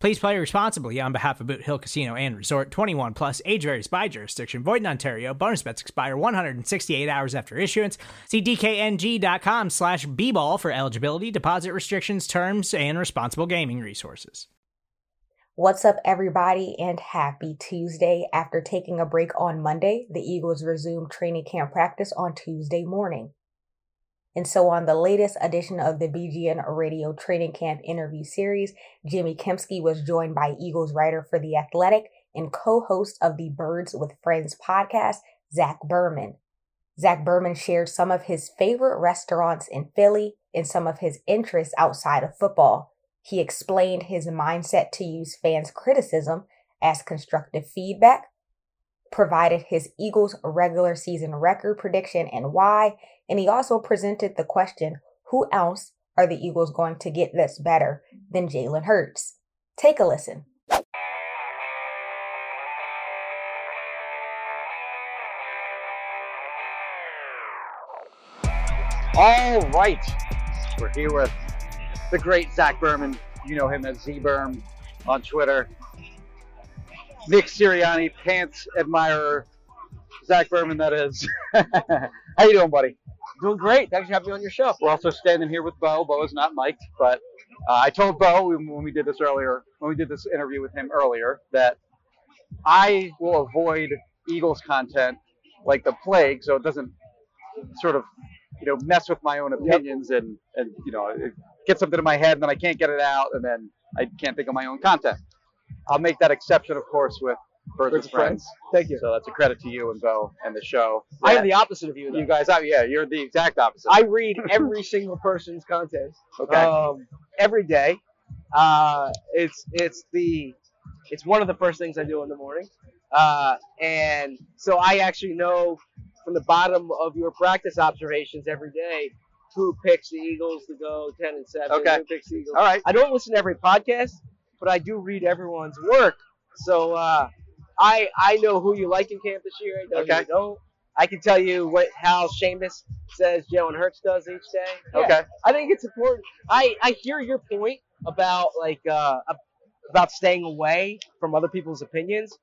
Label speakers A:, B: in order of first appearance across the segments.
A: Please play responsibly on behalf of Boot Hill Casino and Resort 21 Plus, age varies by jurisdiction, void in Ontario. Bonus bets expire 168 hours after issuance. See DKNG.com slash B ball for eligibility, deposit restrictions, terms, and responsible gaming resources.
B: What's up, everybody, and happy Tuesday. After taking a break on Monday, the Eagles resumed training camp practice on Tuesday morning. And so, on the latest edition of the BGN Radio Training Camp interview series, Jimmy Kemsky was joined by Eagles writer for The Athletic and co host of the Birds with Friends podcast, Zach Berman. Zach Berman shared some of his favorite restaurants in Philly and some of his interests outside of football. He explained his mindset to use fans' criticism as constructive feedback, provided his Eagles regular season record prediction and why, and he also presented the question who else are the Eagles going to get that's better than Jalen Hurts? Take a listen.
C: All right. We're here with the great Zach Berman. You know him as Z Berm on Twitter. Nick Sirianni, pants admirer. Zach Berman, that is. How you doing, buddy?
D: Doing great. Thanks for having me on your show.
C: We're also standing here with Bo. Bo is not mic'd, but uh, I told Bo when when we did this earlier, when we did this interview with him earlier, that I will avoid Eagles content like the plague, so it doesn't sort of, you know, mess with my own opinions and and you know, it gets something in my head and then I can't get it out and then I can't think of my own content. I'll make that exception, of course, with Birds,
D: Birds
C: with
D: with
C: Friends.
D: Thank you.
C: So that's a credit to you and Bo and the show.
D: I am the opposite of you. Though.
C: You guys, oh, yeah, you're the exact opposite.
D: I read every single person's content
C: okay.
D: um, every day. Uh, it's it's the it's one of the first things I do in the morning, uh, and so I actually know from the bottom of your practice observations every day who picks the Eagles to go ten and seven.
C: Okay.
D: Who picks the Eagles?
C: All right.
D: I don't listen to every podcast, but I do read everyone's work. So uh, I I know who you like in camp this year. I know who
C: Okay.
D: you don't. I can tell you what how Seamus says Jalen Hurts does each day. Yeah,
C: Okay.
D: I think it's important. I I hear your point about like uh ab- about staying away from other people's opinions,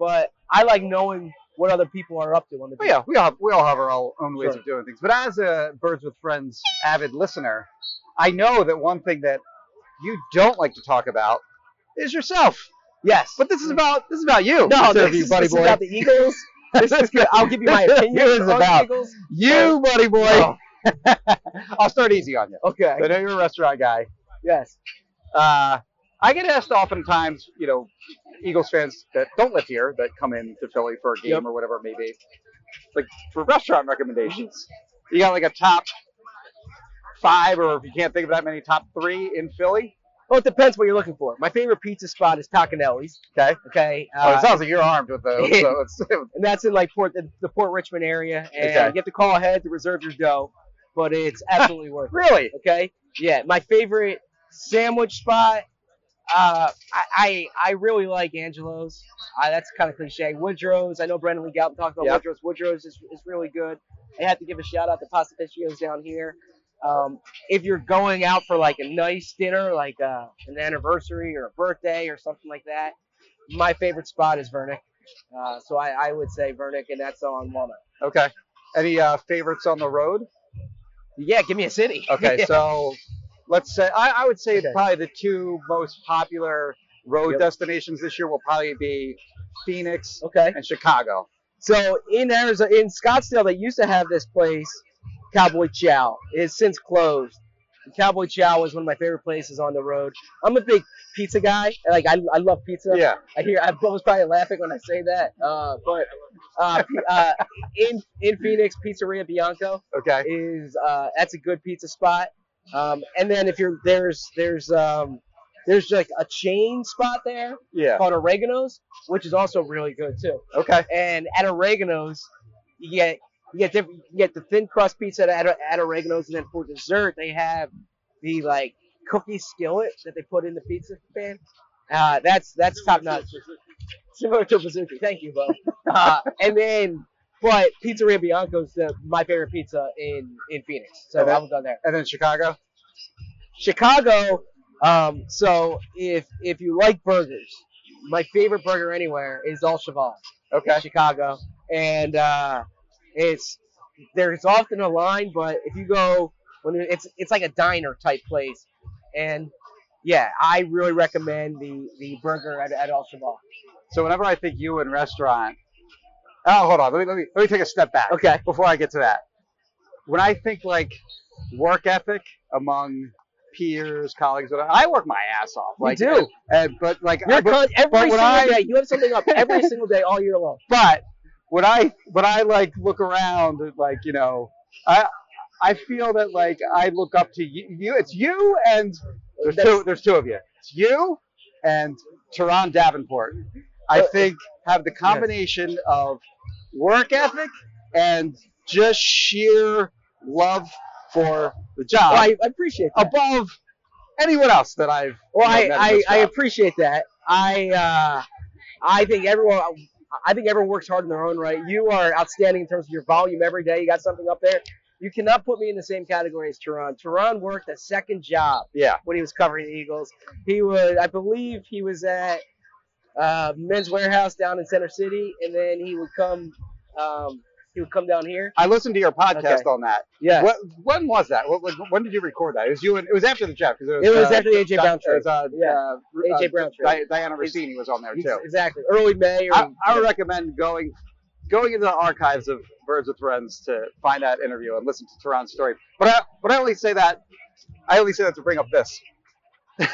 D: but I like knowing what other people are up to on the.
C: But Oh, yeah, we all have, we all have our all- own ways
D: Sure.
C: of doing things. But as a Birds with Friends avid listener, I know that one thing that you don't like to talk about is yourself.
D: Yes.
C: But this is about this is about you.
D: no,
C: instead
D: this,
C: of you,
D: is,
C: buddy
D: this
C: boy.
D: is about the Eagles. This is good. I'll give you my opinion.
C: This is
D: on the
C: about
D: Eagles.
C: you, buddy boy.
D: Oh.
C: I'll start easy on you.
D: Okay.
C: I know you're a restaurant guy.
D: Yes.
C: Uh, I get asked oftentimes, you know, Eagles fans that don't live here that come in to Philly for a game
D: Yep.
C: or whatever it may be, like for restaurant recommendations. You got like a top five, or if you can't think of that many, top three in Philly.
D: Well, Oh, it depends what you're looking for. My favorite pizza spot is Tacanelli's.
C: Okay.
D: Okay.
C: oh, it
D: Uh,
C: sounds like you're armed with those. so it's,
D: and that's in like Port, the, the Port Richmond area. And
C: Okay.
D: you have to call ahead to reserve your dough, but it's absolutely worth
C: really?
D: it. Okay. Yeah. My favorite sandwich spot. Uh, I, I I really like Angelo's. I, that's kind of cliche. Woodrow's. I know Brendan Lee Galvin talked about
C: Yep.
D: Woodrow's. Woodrow's is, is really good. I have to give a shout out to Pasta Piccios down here. Um, if you're going out for like a nice dinner, like uh, an anniversary or a birthday or something like that, my favorite spot is Vernick. Uh, so I, I would say Vernick, and that's on Walnut.
C: Okay. Any uh, favorites on the road?
D: Yeah, give me a city.
C: Okay, so let's say I, I would say
D: Okay.
C: probably the two most popular road
D: Yep.
C: destinations this year will probably be Phoenix
D: okay.
C: and Chicago.
D: So in Arizona, in Scottsdale, they used to have this place Cowboy Chow. It has since closed. Cowboy Chow was one of my favorite places on the road. I'm a big pizza guy. and, Like I, I love pizza.
C: Yeah.
D: I hear I was probably laughing when I say that. Uh, but uh, p- uh, in in Phoenix, Pizzeria Bianco
C: Okay.
D: is uh, that's a good pizza spot. Um, and then if you're there's there's um, there's like a chain spot there
C: Yeah.
D: called Oregano's, which is also really good too.
C: Okay.
D: And at Oregano's, you get you get different, you get the thin crust pizza at, at Oregano's, and then for dessert they have the like cookie skillet that they put in the pizza pan. Uh, that's that's top notch. Similar to bazooka. Thank you, Bo. Uh, and then, but Pizzeria Bianco's the, my favorite pizza in in Phoenix, so
C: Okay.
D: I would go there.
C: And then Chicago.
D: Chicago. Um, so if if you like burgers, my favorite burger anywhere is All Cheval.
C: Okay.
D: Chicago, and uh, it's there's often a line, but if you go when it- it's it's like a diner type place, and yeah, I really recommend the the burger at, at El Cheval.
C: So whenever I think you and restaurant, oh, hold on. Let me let me let me take a step back.
D: Okay.
C: Before I get to that, when I think like work ethic among peers, colleagues, whatever, I work my ass off.
D: You
C: Like
D: do.
C: And, but like,
D: You're
C: I- but,
D: con- every
C: but when
D: single
C: I-
D: day you have something up every single day all year long.
C: but when I when I like look around, at, like you know, I I feel that like I look up to you. you it's you and there's
D: That's-
C: two. There's two of you. It's you and Teron Davenport. I
D: Uh,
C: think have the combination of work ethic and just sheer love for the job
D: Well, I, I appreciate that.
C: above anyone else that I've.
D: Well,
C: you know, met in
D: I,
C: this
D: I, I
C: job.
D: appreciate that. I uh, I think everyone I think everyone works hard in their own right. You are outstanding in terms of your volume every day. You got something up there. You cannot put me in the same category as Teron. Teron worked a second job
C: yeah.
D: when he was covering the Eagles. He was, I believe, he was at uh, Men's Warehouse down in Center City, and then he would come. Um, he would come down here.
C: I listened to your podcast
D: Okay.
C: on that.
D: Yeah.
C: What, when was that? What, like, when did you record that? It was you and it was after the draft because
D: It was after the AJ
C: Di-
D: Brown
C: It
D: trade.
C: was uh,
D: Yeah.
C: uh,
D: AJ
C: uh,
D: Brown trade.
C: Di- Diana Rossini was on there too.
D: Exactly. Early May. Or,
C: I, I would recommend going going into the archives of Birds with Friends to find that interview and listen to Teron's story. But I but I only say that I only say that to bring up this.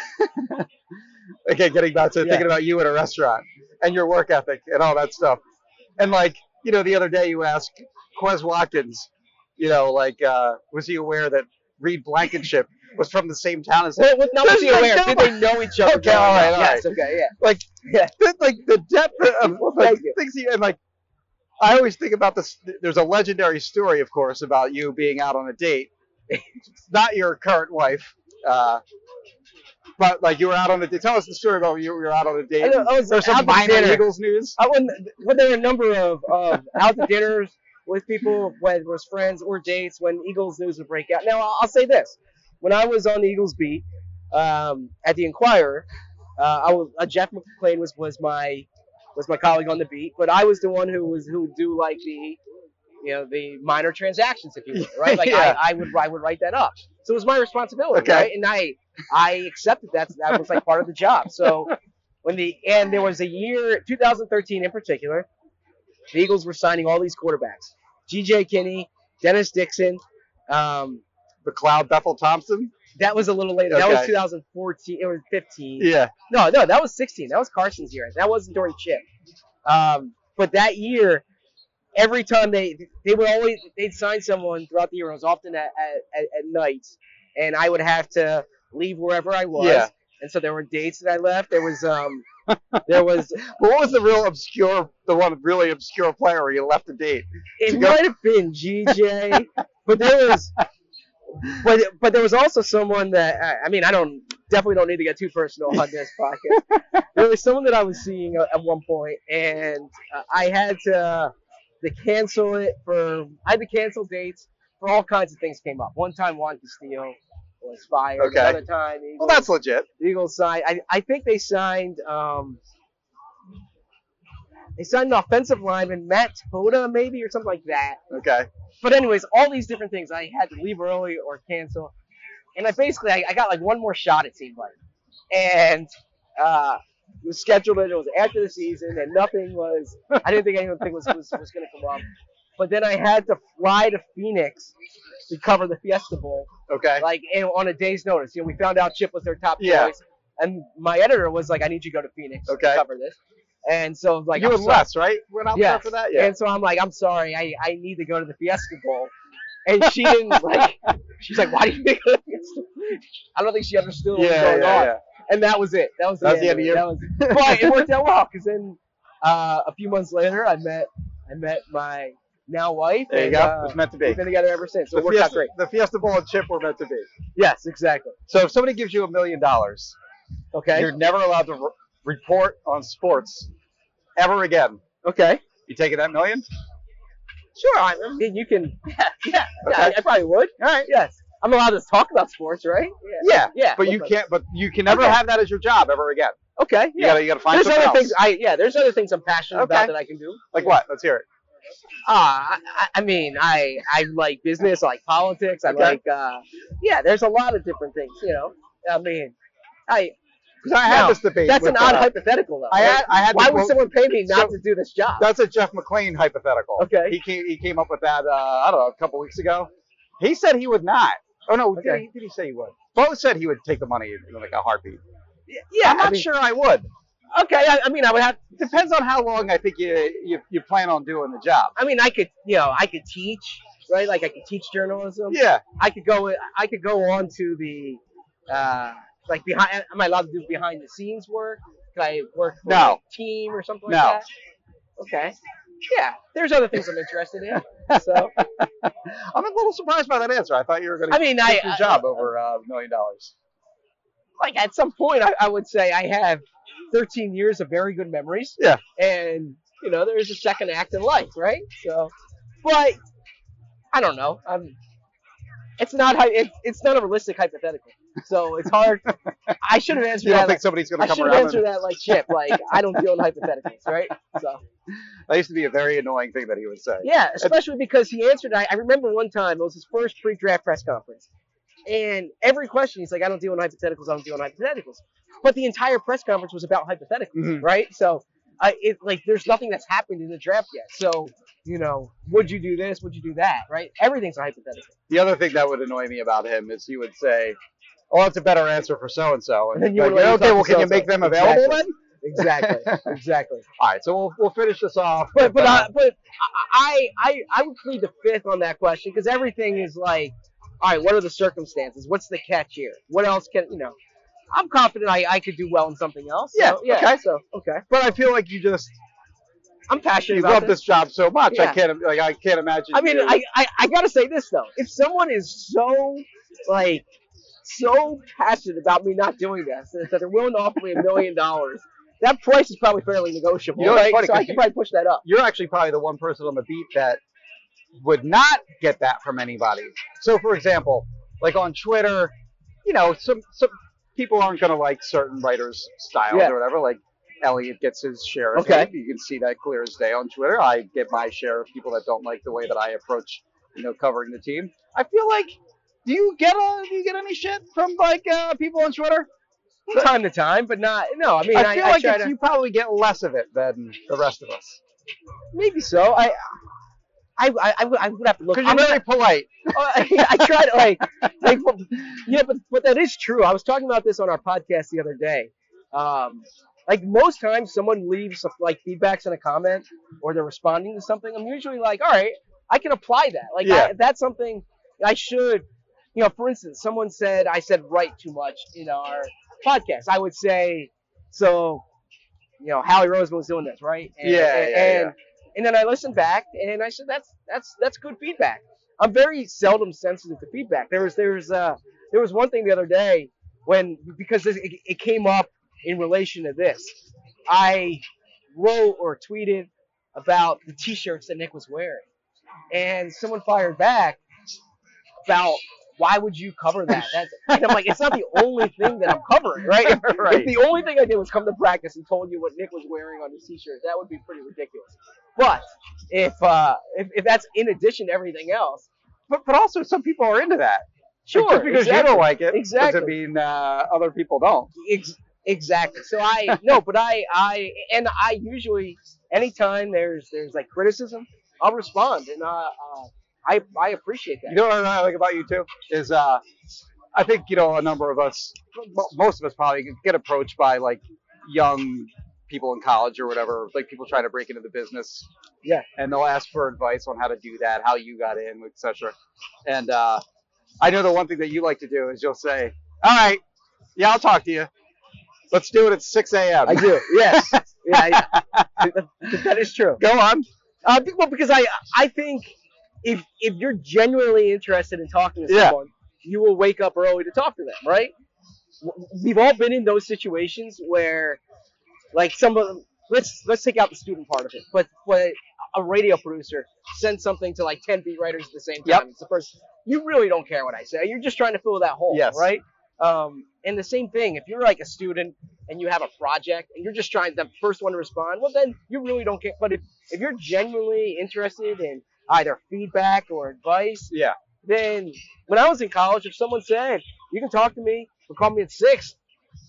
C: okay, getting back to
D: Yeah.
C: thinking about you at a restaurant and your work ethic and all that stuff. And like, you know, the other day you asked Quez Watkins, you know, like uh, was he aware that Reed Blankenship was from the same town as him?
D: Well, now was he
C: There's
D: aware?
C: like
D: Did they know each other?
C: Okay,
D: growing
C: all right,
D: up?
C: all
D: yes,
C: right.
D: okay, yeah.
C: like
D: Yeah.
C: the- like the depth of
D: Well,
C: Uh, um, like,
D: thank you.
C: things you and like I always think about this. There's a legendary story, of course, about you being out on a date. It's not your current wife, uh, but like you were out on a date. Tell us the story about when you were out on a date.
D: I know, oh, I was
C: There's
D: out
C: some
D: to
C: minor
D: dinner.
C: Eagles news.
D: I went, when there were a number of, of out to dinners with people, whether it was friends or dates, when Eagles news would break out. Now, I'll, I'll say this. When I was on the Eagles beat um, at the Inquirer, uh, I was, uh, Jeff McClain was, was my was my colleague on the beat, but I was the one who was who would do like the you know the minor transactions, if you will, right? Like
C: Yeah.
D: I, I would I would write that up. So it was my responsibility,
C: Okay.
D: right? And I I accepted that that was like part of the job. So when the and there was a year 2013 in particular, the Eagles were signing all these quarterbacks: G.J. Kinney, Dennis Dixon. Um,
C: McLeod Bethel Thompson.
D: that was a little later. That was
C: Okay.
D: 2014. It was 15.
C: Yeah.
D: No, no, that was 16. That was Carson's year. That wasn't during Chip. Um, but that year, every time they they would always they'd sign someone throughout the year. It was often at at, at, at night, and I would have to leave wherever I was.
C: Yeah.
D: And so there were dates that I left. There was um, there was
C: But what was the real obscure, the one really obscure player where you left a date?
D: it
C: To go-
D: might have been GJ, but there was, but but there was also someone that I, I mean I don't definitely don't need to get too personal on this podcast. there was someone that I was seeing at, at one point, and uh, I had to to cancel it for I had to cancel dates for all kinds of things came up. One time Juan Castillo was fired.
C: Okay.
D: Another time the
C: Well,
D: Eagles-
C: that's legit.
D: the Eagles signed. I, I think they signed. Um, they signed an offensive lineman, Matt Toda, maybe or something like that.
C: Okay.
D: But anyways, all these different things I had to leave early or cancel, and I basically I, I got like one more shot it seemed like, and uh, it was scheduled and it was after the season and nothing was I didn't think anything was was, was going to come up, but then I had to fly to Phoenix we cover the Fiesta Bowl
C: Okay.
D: like and on a day's notice. You know, we found out Chip was their top
C: Yeah.
D: choice, and my editor was like, "I need you to go to Phoenix
C: Okay.
D: to cover this." And so like
C: you
D: I'm
C: and
D: sorry.
C: Les, right? Went out there
D: Yes.
C: for that. Yeah.
D: And so I'm like, I'm sorry, I, I need to go to the Fiesta Bowl. And she didn't like. She's like, why do you think? I don't think she understood what was
C: yeah, yeah,
D: going on.
C: yeah.
D: And that was it. That was the,
C: That was the
D: end, of it.
C: end
D: That was, but it worked out well because then uh, a few months later, I met I met my now wife.
C: There you
D: and,
C: go.
D: uh,
C: it's meant to be.
D: we've been together ever since. So
C: The
D: it worked out
C: Fiesta,
D: great.
C: the Fiesta Bowl and Chip were meant to be.
D: Yes, exactly.
C: So if somebody gives you a million dollars,
D: Okay.
C: you're never allowed to re- report on sports ever again.
D: okay.
C: You taking that million?
D: Sure, I, I mean you can. Yeah, yeah, yeah, I,
C: Okay.
D: I probably would.
C: All right.
D: Yes, I'm allowed to talk about sports, right?
C: Yeah.
D: yeah.
C: But you can't. But you can never
D: Okay.
C: have that as your job ever again.
D: Okay.
C: You
D: Yeah.
C: gotta. You gotta find
D: there's
C: something
D: other
C: else.
D: things. I yeah. There's other things I'm passionate
C: Okay.
D: about that I can do.
C: like what? Let's hear it.
D: Uh, I, I- I mean, I I like business. I like politics. I
C: Okay.
D: like. Uh, yeah. There's a lot of different things. You know. I mean, I.
C: 'Cause I had
D: Now,
C: this debate.
D: That's an
C: with,
D: odd
C: uh,
D: hypothetical though.
C: I
D: right?
C: had. I had.
D: Why
C: this-
D: would someone pay me not
C: so-
D: to do this job?
C: That's a Jeff McLean hypothetical.
D: Okay.
C: He came, he came up with that, uh, I don't know, a couple weeks ago. He said he would not. Oh, no, did,
D: Okay.
C: he, did he say he would? Bo said he would take the money in like a heartbeat.
D: yeah.
C: I'm not
D: I mean,
C: sure I would.
D: Okay. I, I mean, I would have.
C: Depends on how long I think you, you, you plan on doing the job.
D: I mean, I could. You know, I could teach. Right. Like I could teach journalism.
C: Yeah.
D: I could go. I could go on to the, uh, like behind. Am I allowed to do behind the scenes work? Can I work for
C: No.
D: a team or something
C: No.
D: like that? Okay. Yeah. There's other things I'm interested in. So
C: I'm a little surprised by that answer. I thought you were going
D: I
C: to
D: mean,
C: take
D: I
C: your job over uh, a million dollars.
D: like at some point I, I would say I have 13 years of very good memories.
C: Yeah.
D: And you know, there's a second act in life, right? So, but I don't know. I'm. It's not. hy- It's it's not a realistic hypothetical. So it's hard. I should have answered
C: You
D: that.
C: don't think somebody's going
D: I
C: to come
D: should
C: around?
D: answer
C: and-
D: that like Chip. Like I don't deal in hypotheticals, right? So
C: that used to be a very annoying thing that he would say.
D: yeah, especially because he answered. I, I remember one time it was his first pre-draft press conference, and every question he's like, "I don't deal in hypotheticals. I don't deal in hypotheticals." But the entire press conference was about hypotheticals,
C: Mhm.
D: right? So I it like there's nothing that's happened in the draft yet. So you know, would you do this? Would you do that? Right? Everything's a hypothetical.
C: The other thing that would annoy me about him is he would say, "Oh, that's a better answer for so and so."
D: And then you would let
C: okay,
D: yourself
C: well, can you
D: decide.
C: make them available
D: Exactly.
C: then?
D: Exactly. exactly.
C: All right, so we'll, we'll finish this off. with,
D: But but
C: uh,
D: I, but I I I would plead the fifth on that question because everything is like, all right, what are the circumstances? What's the catch here? What else can you know? I'm confident I, I could do well in something else. so,
C: Yeah,
D: yeah.
C: okay.
D: So okay,
C: but I feel like you just
D: I'm passionate
C: you
D: about
C: love this job so much. I
D: Yeah.
C: can't like I can't imagine.
D: I mean,
C: you-
D: I, I I gotta say this though, if someone is so like so passionate about me not doing this that they're willing to offer me a million dollars, that price is probably fairly negotiable,
C: You know, it's
D: right?
C: funny
D: so
C: 'cause
D: I
C: you-
D: can probably push that up.
C: you're actually probably the one person on the beat that would not get that from anybody. So for example, like on Twitter, you know, some some people aren't gonna like certain writers' styles
D: Yeah.
C: or whatever. Like Elliot gets his share. Of
D: Okay.
C: hate. you can see that clear as day on Twitter. I get my share of people that don't like the way that I approach, you know, covering the team. I feel like. Do you get a, do you get any shit from like uh, people on Twitter?
D: From time to time, but not no. I mean, I,
C: I feel
D: I
C: like
D: try
C: it's-
D: to,
C: you probably get less of it than the rest of us
D: Maybe so. I, I, I, I would- I would have to look.
C: because you're
D: I'm
C: very
D: not,
C: polite.
D: I, I tried to, like, like, well, yeah, but but that is true. I was talking about this on our podcast the other day. Um, like most times, someone leaves like feedbacks in a comment or they're responding to something. I'm usually like, all right, I can apply that. Like
C: Yeah.
D: I, that's something I should. You know, for instance, someone said I said write too much in our podcast. I would say so. You know, Howie Roseman was doing this, right? And,
C: Yeah,
D: and,
C: yeah, yeah.
D: and and then I listened back and I said that's that's that's good feedback. I'm very seldom sensitive to feedback. There was there was uh there was one thing the other day when because this, it, it came up in relation to this. I wrote or tweeted about the T-shirts that Nick was wearing, and someone fired back about why would you cover that? That's, and I'm like, it's not the only thing that I'm covering, right? If-
C: Right.
D: If the only thing I did was come to practice and told you what Nick was wearing on his T-shirt, that would be pretty ridiculous. But if uh, if, if that's in addition to everything else,
C: But, but also, some people are into that.
D: sure,
C: Just because
D: exactly.
C: you don't like it doesn't
D: Exactly.
C: mean uh, other people don't.
D: Ex- exactly. So I no, but I I and I usually anytime there's there's like criticism, I'll respond and uh, uh, I, I appreciate that.
C: You know what I like about you too is uh, I think you know a number of us, mo- most of us probably get approached by like young people in college or whatever, like people trying to break into the business.
D: Yeah.
C: And they'll ask for advice on how to do that, how you got in, etc. And uh, I know the one thing that you like to do is you'll say, "All right, yeah, I'll talk to you. Let's do it at 6 a.m."
D: I do. Yes. yeah. I, that is true.
C: Go on.
D: Uh, be- well, because I I think if if you're genuinely interested in talking to
C: Yeah.
D: someone, you will wake up early to talk to them, right? W- We've all been in those situations where, like, some of let's let's take out the student part of it, but but a radio producer sends something to like ten beat writers at the same time.
C: Yep.
D: It's the first. You really don't care what I say. You're just trying to fill that hole,
C: Yes.
D: right? Um, and the same thing. If you're like a student and you have a project and you're just trying the first one to respond, well, then you really don't care. But if if you're genuinely interested in either feedback or advice,
C: Yeah.
D: then when I was in college, if someone said you can talk to me, but call me at six,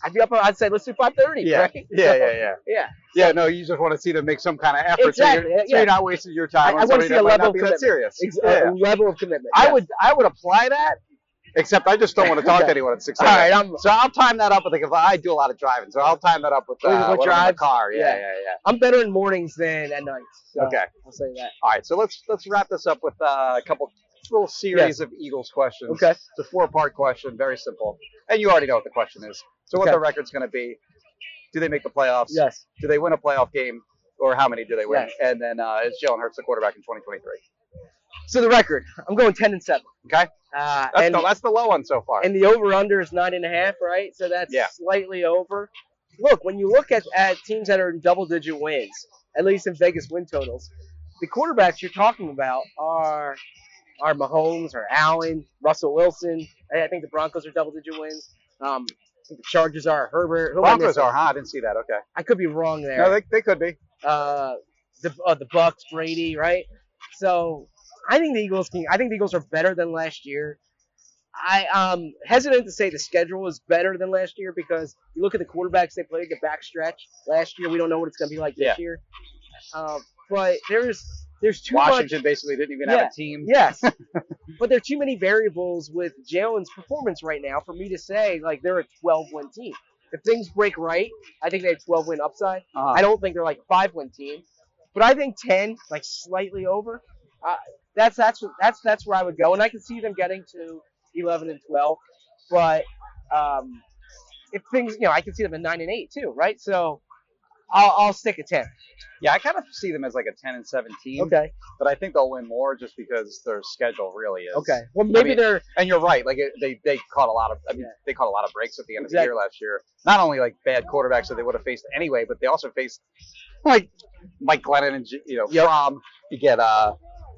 D: I'd be up. I'd say let's do five thirty.
C: Yeah.
D: Right?
C: Yeah. Yeah. Yeah.
D: yeah.
C: Yeah, no, you just want to see them make some kind of effort. So,
D: Exactly,
C: you're, so
D: yeah.
C: you're not wasting your time.
D: I-
C: on
D: I wanna
C: somebody
D: see
C: that
D: a
C: might
D: level
C: not
D: of
C: be that
D: commitment.
C: serious.
D: Ex- uh,
C: Yeah.
D: a level of commitment.
C: I
D: yes.
C: would I would apply that, except I just don't want to talk to anyone at six.
D: All right, I'm
C: So I'll time that up with like if I do a lot of driving, so I'll time that up with uh,
D: With- with
C: whatever the
D: drives?
C: car. Yeah, yeah,
D: Yeah.
C: yeah,
D: I'm better in mornings than at nights. So
C: Okay.
D: I'll say that.
C: All right, so let's let's wrap this up with uh, a couple little series of Eagles questions.
D: Okay.
C: It's a four-part question, very simple, and you already know what the question is. So what
D: Okay.
C: the record's going to be? Do they make the playoffs?
D: Yes.
C: Do they win a playoff game, or how many do they win?
D: Yes.
C: And then uh, is Jalen Hurts the quarterback in 2023?
D: So the record, I'm going ten and seven.
C: Okay.
D: Uh,
C: That's,
D: and
C: the, that's the low one so far.
D: and the over under is nine and a half, right? So that's
C: Yeah.
D: slightly over. Look, when you look at, at teams that are in double digit wins, at least in Vegas win totals, the quarterbacks you're talking about are are Mahomes or Allen, Russell Wilson. I I think the Broncos are double digit wins. Um, I think the Chargers are Herbert. Who am I
C: Broncos
D: missing?
C: are, huh? I didn't see that. Okay.
D: I could be wrong there.
C: No, they, they could be.
D: uh, the uh, the Bucks, Brady, right? So I think the Eagles can. I think the Eagles are better than last year. I um hesitant to say the schedule is better than last year because you look at the quarterbacks they played the backstretch last year. We don't know what it's going to be like
C: Yeah.
D: this year. Um, but there's there's too much.
C: Washington basically didn't even have
D: Yeah.
C: a team.
D: Yes, but there are too many variables with Jalen's performance right now for me to say like they're a 12 win team. If things break right, I think they have 12 win upside.
C: Uh-huh.
D: I don't think they're like a five win team, but I think ten, like slightly over. Uh, that's that's that's that's where I would go, and I can see them getting to eleven and twelve. But um, if things, you know, I can see them at nine and eight too, right? So I'll, I'll stick at ten.
C: yeah, I kind of see them as like a 10 and 17,
D: Okay.
C: but I think they'll win more just because their schedule really is.
D: Okay. Well, maybe
C: mean,
D: they're
C: And you're right. Like it, they they caught a lot of I mean
D: Yeah.
C: they caught a lot of breaks at the end
D: Exactly.
C: of the year last year. Not only like bad quarterbacks that they would have faced anyway, but they also faced like Mike Glennon and J- you know Fromm. You get uh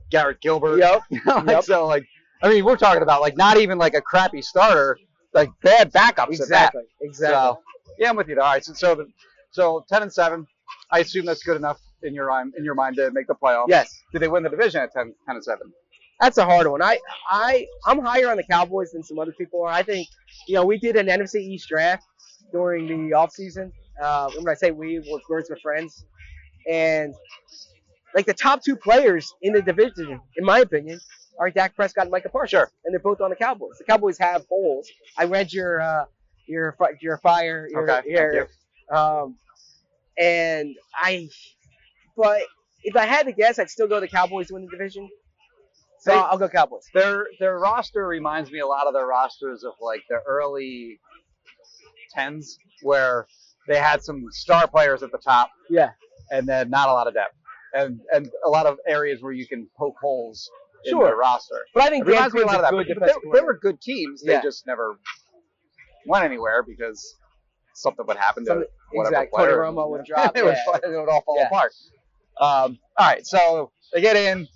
C: Garrett Gilbert.
D: yep.
C: You know, like,
D: Yep.
C: So like I mean we're talking about like not even like a crappy starter, like bad backups at that.
D: Exactly. Exactly.
C: So, yeah, I'm with you. though. All right, so so, the, so ten and seven. I assume that's good enough in your mind in your mind to make the playoffs.
D: yes.
C: Did they win the division at 10, 10 and seven?
D: That's a hard one. I I I'm higher on the Cowboys than some other people are. I think you know we did an NFC East draft during the offseason. Uh, and when I say we, we're birds with friends, and like the top two players in the division, in my opinion, are Dak Prescott and Micah Parsons,
C: Sure.
D: and they're both on the Cowboys. The Cowboys have holes. I read your uh, your fi- your fire your,
C: Okay, thank
D: your
C: you.
D: um, and I, but if I had to guess, I'd still go the Cowboys to win the division. So
C: They-
D: I'll go Cowboys.
C: Their their roster reminds me a lot of their rosters of like the early tens where they had some star players at the top
D: Yeah.
C: and then not a lot of depth and and a lot of areas where you can poke holes in their
D: Sure.
C: roster.
D: But I think
C: It reminds me a lot of that.
D: good
C: But they, they were good teams. They
D: Yeah.
C: just never went anywhere because something would happen to
D: Something-
C: whatever
D: exactly.
C: player.
D: Tony Romo would drop,
C: it, would,
D: yeah.
C: fall- it would all fall
D: Yeah.
C: apart. Um, all right, so they get in.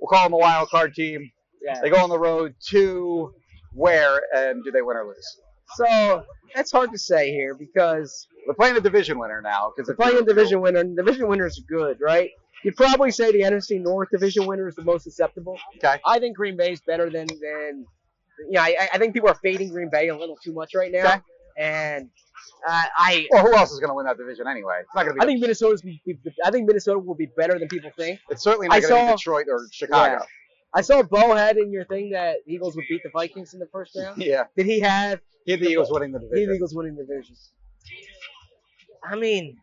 C: We'll call them a wild card team.
D: yeah.
C: They go on the road to where, and do they win or lose?
D: So that's hard to say here because
C: They're playing a division winner now because
D: they're playing a division winner. and Division winners are good, right? You'd probably say the NFC North division winner is the most acceptable.
C: Okay.
D: I think Green Bay's better than than. Yeah, I, I think people are fading Green Bay a little too much right now,
C: Okay.
D: and uh, I
C: Well, who else is going to win that division anyway? It's not going to be.
D: I think Minnesota's be, be, I think Minnesota will be better than people think.
C: it's certainly not
D: I
C: going to be
D: saw-
C: Detroit or Chicago.
D: I saw Bo had in your thing that the Eagles would beat the Vikings in the first round.
C: Yeah,
D: Did he have
C: he had the Eagles winning the
D: he had the
C: division.
D: Eagles winning the division? I mean,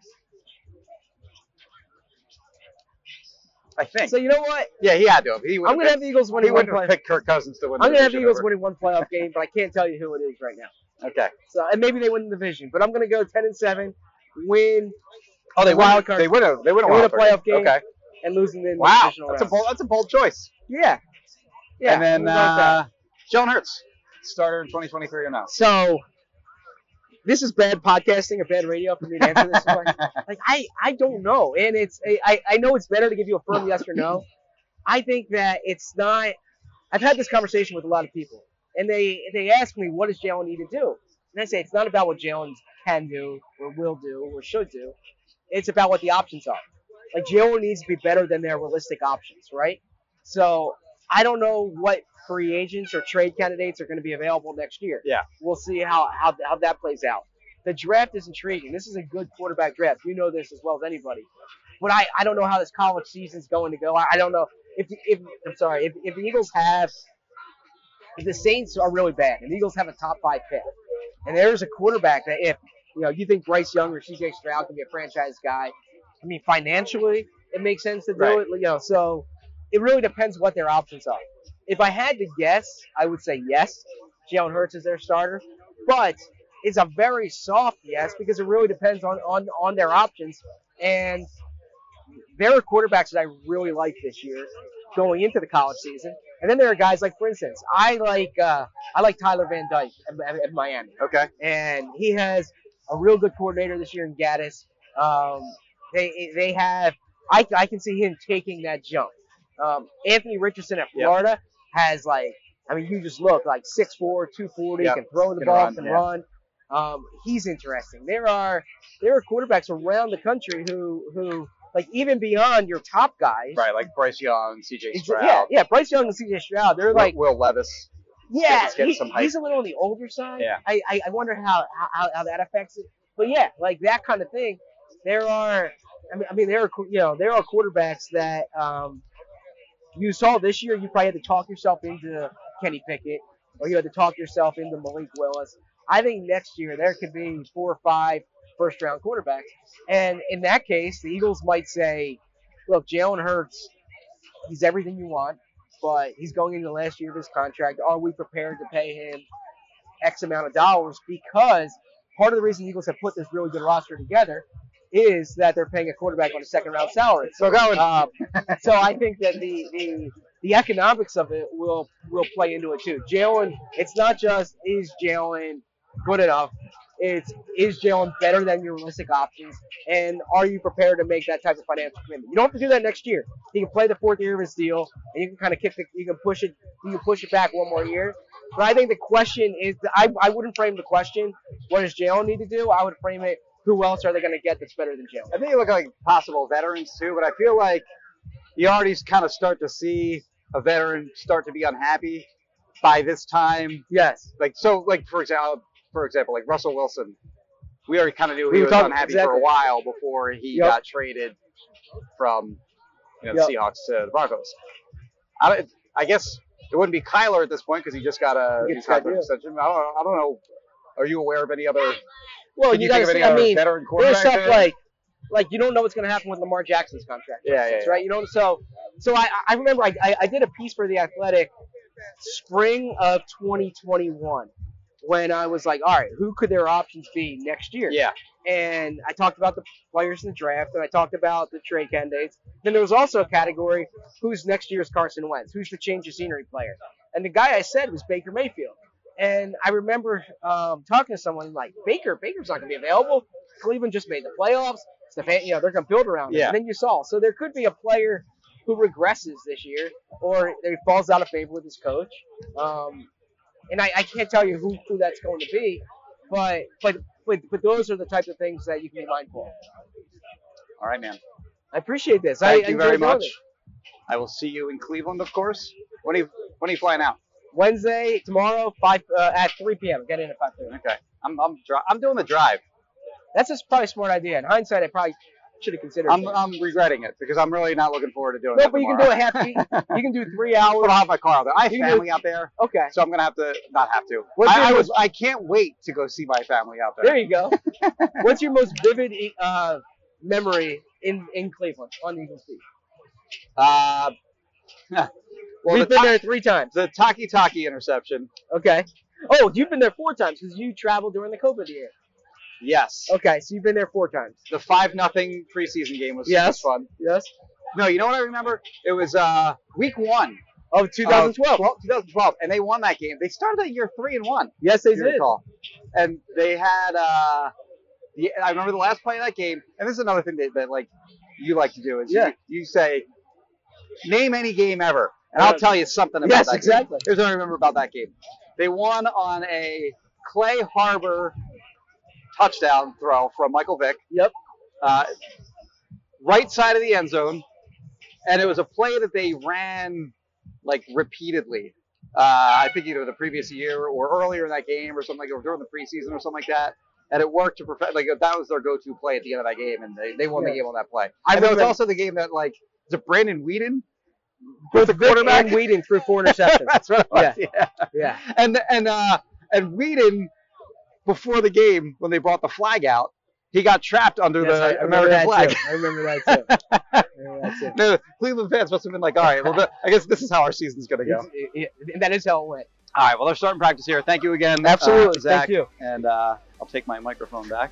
C: I think.
D: so you know what?
C: Yeah, he had to. Have. He would.
D: I'm gonna have the Eagles
C: He
D: winning one
C: wouldn't have
D: playoff.
C: picked Kirk Cousins to win. The
D: I'm gonna have the
C: division
D: Eagles
C: over-
D: winning one playoff game, but I can't tell you who it is right now.
C: Okay.
D: So and maybe they win the division, but I'm gonna go 10 and 7, win
C: Oh, they
D: Wild
C: win.
D: card.
C: They win a. They win a,
D: They win a
C: wild card.
D: playoff game.
C: Okay.
D: and losing in the
C: Wow,
D: divisional
C: that's a
D: round.
C: bold. That's a bold choice.
D: Yeah, yeah.
C: and then
D: something like that.
C: uh, Jalen Hurts, starter in 2023 or not?
D: So this is bad podcasting or bad radio for me to answer this. Like, like I, I don't know, and it's I- I, I know it's better to give you a firm yes or no. I think that it's not. I've had this conversation with a lot of people, and they they ask me what does Jalen need to do, and I say it's not about what Jalen can do or will do or should do. It's about what the options are. Like Jalen needs to be better than their realistic options, right? So I don't know what free agents or trade candidates are going to be available next year we'll see how, how how that plays out. The draft is intriguing. This is a good quarterback draft. You know this as well as anybody. But I, I don't know how this college season's going to go. I, I don't know if the- if I'm sorry if, if the Eagles have if the Saints are really bad and the Eagles have a top five pick and there's a quarterback that if you know you think Bryce Young or C.J. Stroud can be a franchise guy. I mean financially it makes sense to do
C: Right.
D: it. You know so it really depends what their options are. If I had to guess, I would say yes. Jalen Hurts is their starter, but it's a very soft yes because it really depends on on, on their options. And there are quarterbacks that I really like this year going into the college season, and then there are guys like, for instance, I like uh, I like Tyler Van Dyke at, at- at Miami,
C: Okay.
D: and he has a real good coordinator this year in Gaddis. Um, they they have I, I can see him taking that jump. Um, Anthony Richardson at
C: Yeah.
D: Florida has like I mean you just look like 6'4", 240,
C: Yeah.
D: can throw the
C: Can
D: ball,
C: run,
D: can
C: yeah.
D: run. Um, he's interesting. There are there are quarterbacks around the country who who like even beyond your top guys.
C: Right, like Bryce Young, C.J.
D: It's-
C: Stroud,
D: Yeah, yeah. Bryce Young and C.J. Stroud, they're like
C: Will, Will Levis.
D: yeah,
C: Let's get
D: he-
C: some hype.
D: he's a little on the older side.
C: Yeah.
D: I, I, I wonder how, how how that affects it. But yeah, like that kind of thing. There are, I mean, I mean, there are qu- you know there are quarterbacks that um, you saw this year. You probably had to talk yourself into Kenny Pickett, or you had to talk yourself into Malik Willis. I think next year there could be four or five first round quarterbacks, and in that case, the Eagles might say, "Look, Jalen Hurts, he's everything you want." but he's going into the last year of his contract. Are we prepared to pay him X amount of dollars? Because part of the reason the Eagles have put this really good roster together is that they're paying a quarterback on a second round salary. So,
C: going.
D: um, so I think that the, the the economics of it will will play into it too. Jalen, it's not just is Jalen good enough. It's is Jalen better than your realistic options, and are you prepared to make that type of financial commitment? You don't have to do that next year. You can play the fourth year of his deal, and you can kind of kick the, you can push it, you can push it back one more year. But I think the question is, I, I wouldn't frame the question, what does Jalen need to do? I would frame it, who else are they going to get that's better than Jalen?
C: I think you look like possible veterans too, but I feel like you already kind of start to see a veteran start to be unhappy by this time.
D: Yes.
C: Like so, like for example, for example, like Russell Wilson, we already kind of knew
D: We
C: he
D: were
C: was
D: talking-
C: unhappy for
D: exactly.
C: a while before he
D: Yep.
C: got traded from you know,
D: Yep.
C: the Seahawks to the Broncos. I, don't- I guess it wouldn't be Kyler at this point because he just got a
D: He
C: new
D: just got a
C: contract
D: deal.
C: extension. I don't, I don't know. Are you aware of any other?
D: Well,
C: can
D: you,
C: think
D: guys,
C: of any
D: I
C: other
D: mean,
C: veteran
D: there's
C: quarterback
D: stuff
C: there?
D: like, like you don't know what's going to happen with Lamar Jackson's contract. for
C: Yeah, yeah,
D: instance,
C: yeah.
D: Right. You don't. So, so I, I remember I, I, I did a piece for the Athletic, spring of 2021, when I was like, all right, who could their options be next year?
C: yeah,
D: and I talked about the players in the draft, and I talked about the trade candidates. Then there was also a category: who's next year's Carson Wentz? Who's the change of scenery player? And the guy I said was Baker Mayfield. And I remember um, talking to someone like Baker. Baker's not going to be available. Cleveland just made the playoffs. It's the fan, you know, they're going to build around him.
C: Yeah.
D: And then you saw, so there could be a player who regresses this year, or he falls out of favor with his coach. Um, and I, I can't tell you who, who that's going to be, but but but but those are the types of things that you can be mindful. of.
C: all right, man.
D: I appreciate this. I
C: Thank you
D: enjoyed
C: very
D: doing
C: much.
D: it.
C: I will see you in Cleveland, of course. When are you, when are you flying out?
D: Wednesday tomorrow, five uh, at 3 p.m. Get in at 5 p.m.
C: Okay. I'm I'm, dri- I'm doing the drive.
D: That's just probably a smart idea. In hindsight, I probably should have considered.
C: I'm,
D: that.
C: I'm regretting it because I'm really not looking forward to doing
D: no,
C: that
D: but you can do
C: tomorrow.
D: a half. You
C: uh,
D: you can do three
C: I'm
D: hours.
C: gonna have my car out there. I have
D: You can do-
C: family out there,
D: Okay,
C: so I'm gonna have to not have to.
D: What's your
C: I, I
D: most-
C: was I can't wait to go see my family out there.
D: there you go. What's your most vivid uh, memory in in Cleveland on Eagles Beach?
C: Uh, well, the,
D: We've been
C: ta-
D: there three times.
C: the Taki Taki interception.
D: Okay. Oh, you've been there four times because you traveled during the COVID year.
C: Yes.
D: Okay, so you've been there four times.
C: The five nothing preseason game was
D: Yes.
C: was fun.
D: Yes.
C: No, you know what I remember? It was uh, week one,
D: Of 2012.
C: Uh, 2012, and they won that game. They started that year three and one.
D: yes, they
C: you
D: did.
C: recall. And they had uh the, I remember the last play of that game, and this is another thing that, that like you like to do is
D: Yeah.
C: you, you say name any game ever, and I'll
D: Right.
C: tell you something about
D: Yes,
C: that. game.
D: exactly.
C: Here's what I remember about that game. They won on a Clay Harbor touchdown throw from Michael Vick.
D: Yep.
C: Uh, right side of the end zone, and it was a play that they ran like repeatedly. Uh, I think either the previous year or earlier in that game or something like or during the preseason or something like that. And it worked to perfect. Like that was their go-to play at the end of that game, and they, they won
D: Yeah.
C: the game on that play. I
D: I
C: know it's
D: remember-
C: also the game that like is it Brandon Whedon,
D: Both
C: the quarterback.
D: and Whedon threw four interceptions.
C: That's what it was. Yeah.
D: yeah.
C: And and uh and Whedon before the game when they brought the flag out, he got trapped under
D: Yes, I-
C: the
D: I remember
C: American
D: that
C: flag.
D: Too. I remember that too. I remember that too.
C: No, Cleveland fans must have been like, all right, well, th- I guess this is how our season's going to go.
D: It's- it- it- that is how it went.
C: All right, well, they're starting practice here. Thank you again, uh, Zach.
D: Thank you.
C: And uh, I'll take my microphone back.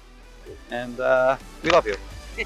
C: And uh, we love you.